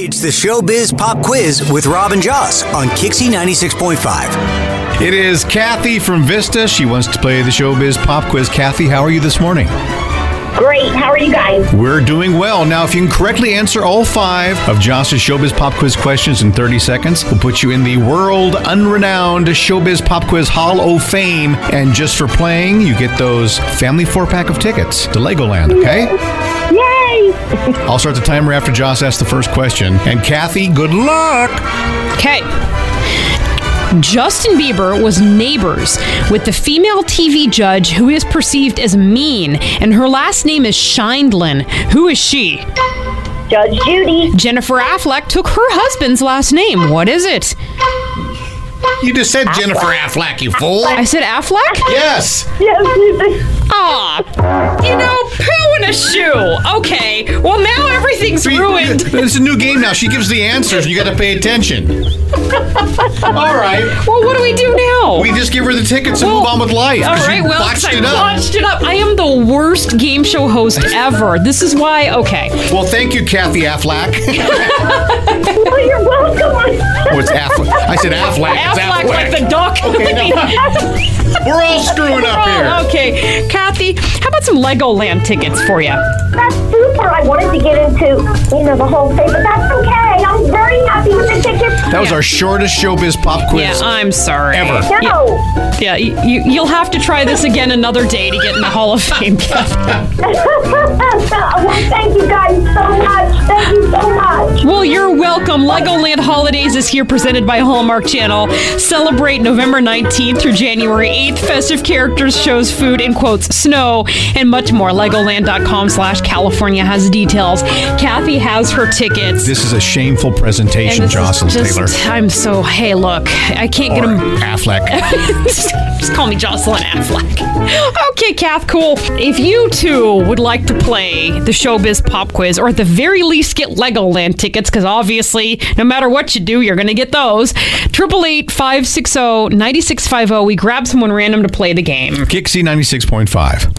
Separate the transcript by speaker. Speaker 1: It's the Showbiz Pop Quiz with Robin Joss on Kixie 96.5.
Speaker 2: It is Kathy from Vista. She wants to play the Showbiz Pop Quiz. Kathy, how are you this morning?
Speaker 3: Great. How are you guys?
Speaker 2: We're doing well. Now, if you can correctly answer all five of Josh's Showbiz Pop Quiz questions in 30 seconds, we'll put you in the world unrenowned Showbiz Pop Quiz Hall of Fame. And just for playing, you get those family four pack of tickets to Legoland, okay?
Speaker 3: Yay!
Speaker 2: I'll start the timer after Josh asks the first question. And Kathy, good luck.
Speaker 4: Okay. Justin Bieber was neighbors with the female TV judge who is perceived as mean, and her last name is Shindlin. Who is she?
Speaker 3: Judge Judy.
Speaker 4: Jennifer Affleck took her husband's last name. What is it?
Speaker 2: You just said Jennifer Affleck, you fool.
Speaker 4: I said Affleck?
Speaker 2: Yes.
Speaker 3: Yes, Susan.
Speaker 4: Ah, you know, poo in a shoe. Okay, well, now everything's ruined.
Speaker 2: It's a new game now. She gives the answers. You got to pay attention. All right.
Speaker 4: Well, what do we do now?
Speaker 2: We just give her the tickets and
Speaker 4: Well,
Speaker 2: move on with life.
Speaker 4: All
Speaker 2: 'cause you
Speaker 4: right, well, 'cause
Speaker 2: botched
Speaker 4: I
Speaker 2: it up.
Speaker 4: botched it up. I am the worst game show host ever. This is why, okay.
Speaker 2: Well, thank you, Kathy Affleck.
Speaker 3: Oh, you're welcome.
Speaker 2: What's Affleck? I said Affleck. It's
Speaker 4: Affleck, like the duck.
Speaker 2: Okay, no. We're all screwing up
Speaker 4: Oh,
Speaker 2: here.
Speaker 4: okay, Kathy, how about some Legoland tickets for you?
Speaker 3: That's super. I wanted to get into, you know, the whole thing, but that's okay. I'm very happy with the tickets.
Speaker 2: That was our shortest showbiz pop quiz.
Speaker 4: Yeah, uh, I'm sorry.
Speaker 2: Ever.
Speaker 4: Yeah,
Speaker 3: No.
Speaker 4: yeah you, you- you'll have to try this again another day to get in the Hall of Fame. Kathy.
Speaker 3: well, Oh, thank you guys so much. Thank you so much.
Speaker 4: well, you're welcome. Legoland Holidays is here, presented by Hallmark Channel. Celebrate November 19th through January 8th. Festive characters, shows, food, in quotes, snow, and much more. Legoland.com slash California has details. Kathy has her tickets.
Speaker 2: This is a shameful
Speaker 4: And
Speaker 2: presentation,
Speaker 4: this is
Speaker 2: Jocelyn
Speaker 4: just-
Speaker 2: Taylor.
Speaker 4: I'm so, hey, look, I can't get
Speaker 2: Or
Speaker 4: him.
Speaker 2: Affleck.
Speaker 4: Just call me Jocelyn Affleck. Okay, Kath, cool. If you too would like to play the Showbiz Pop Quiz, or at the very least get Legoland tickets, because obviously, no matter what you do, you're going to get those. 888 560 9650. We grab someone random to play the game.
Speaker 2: Kixie 96.5.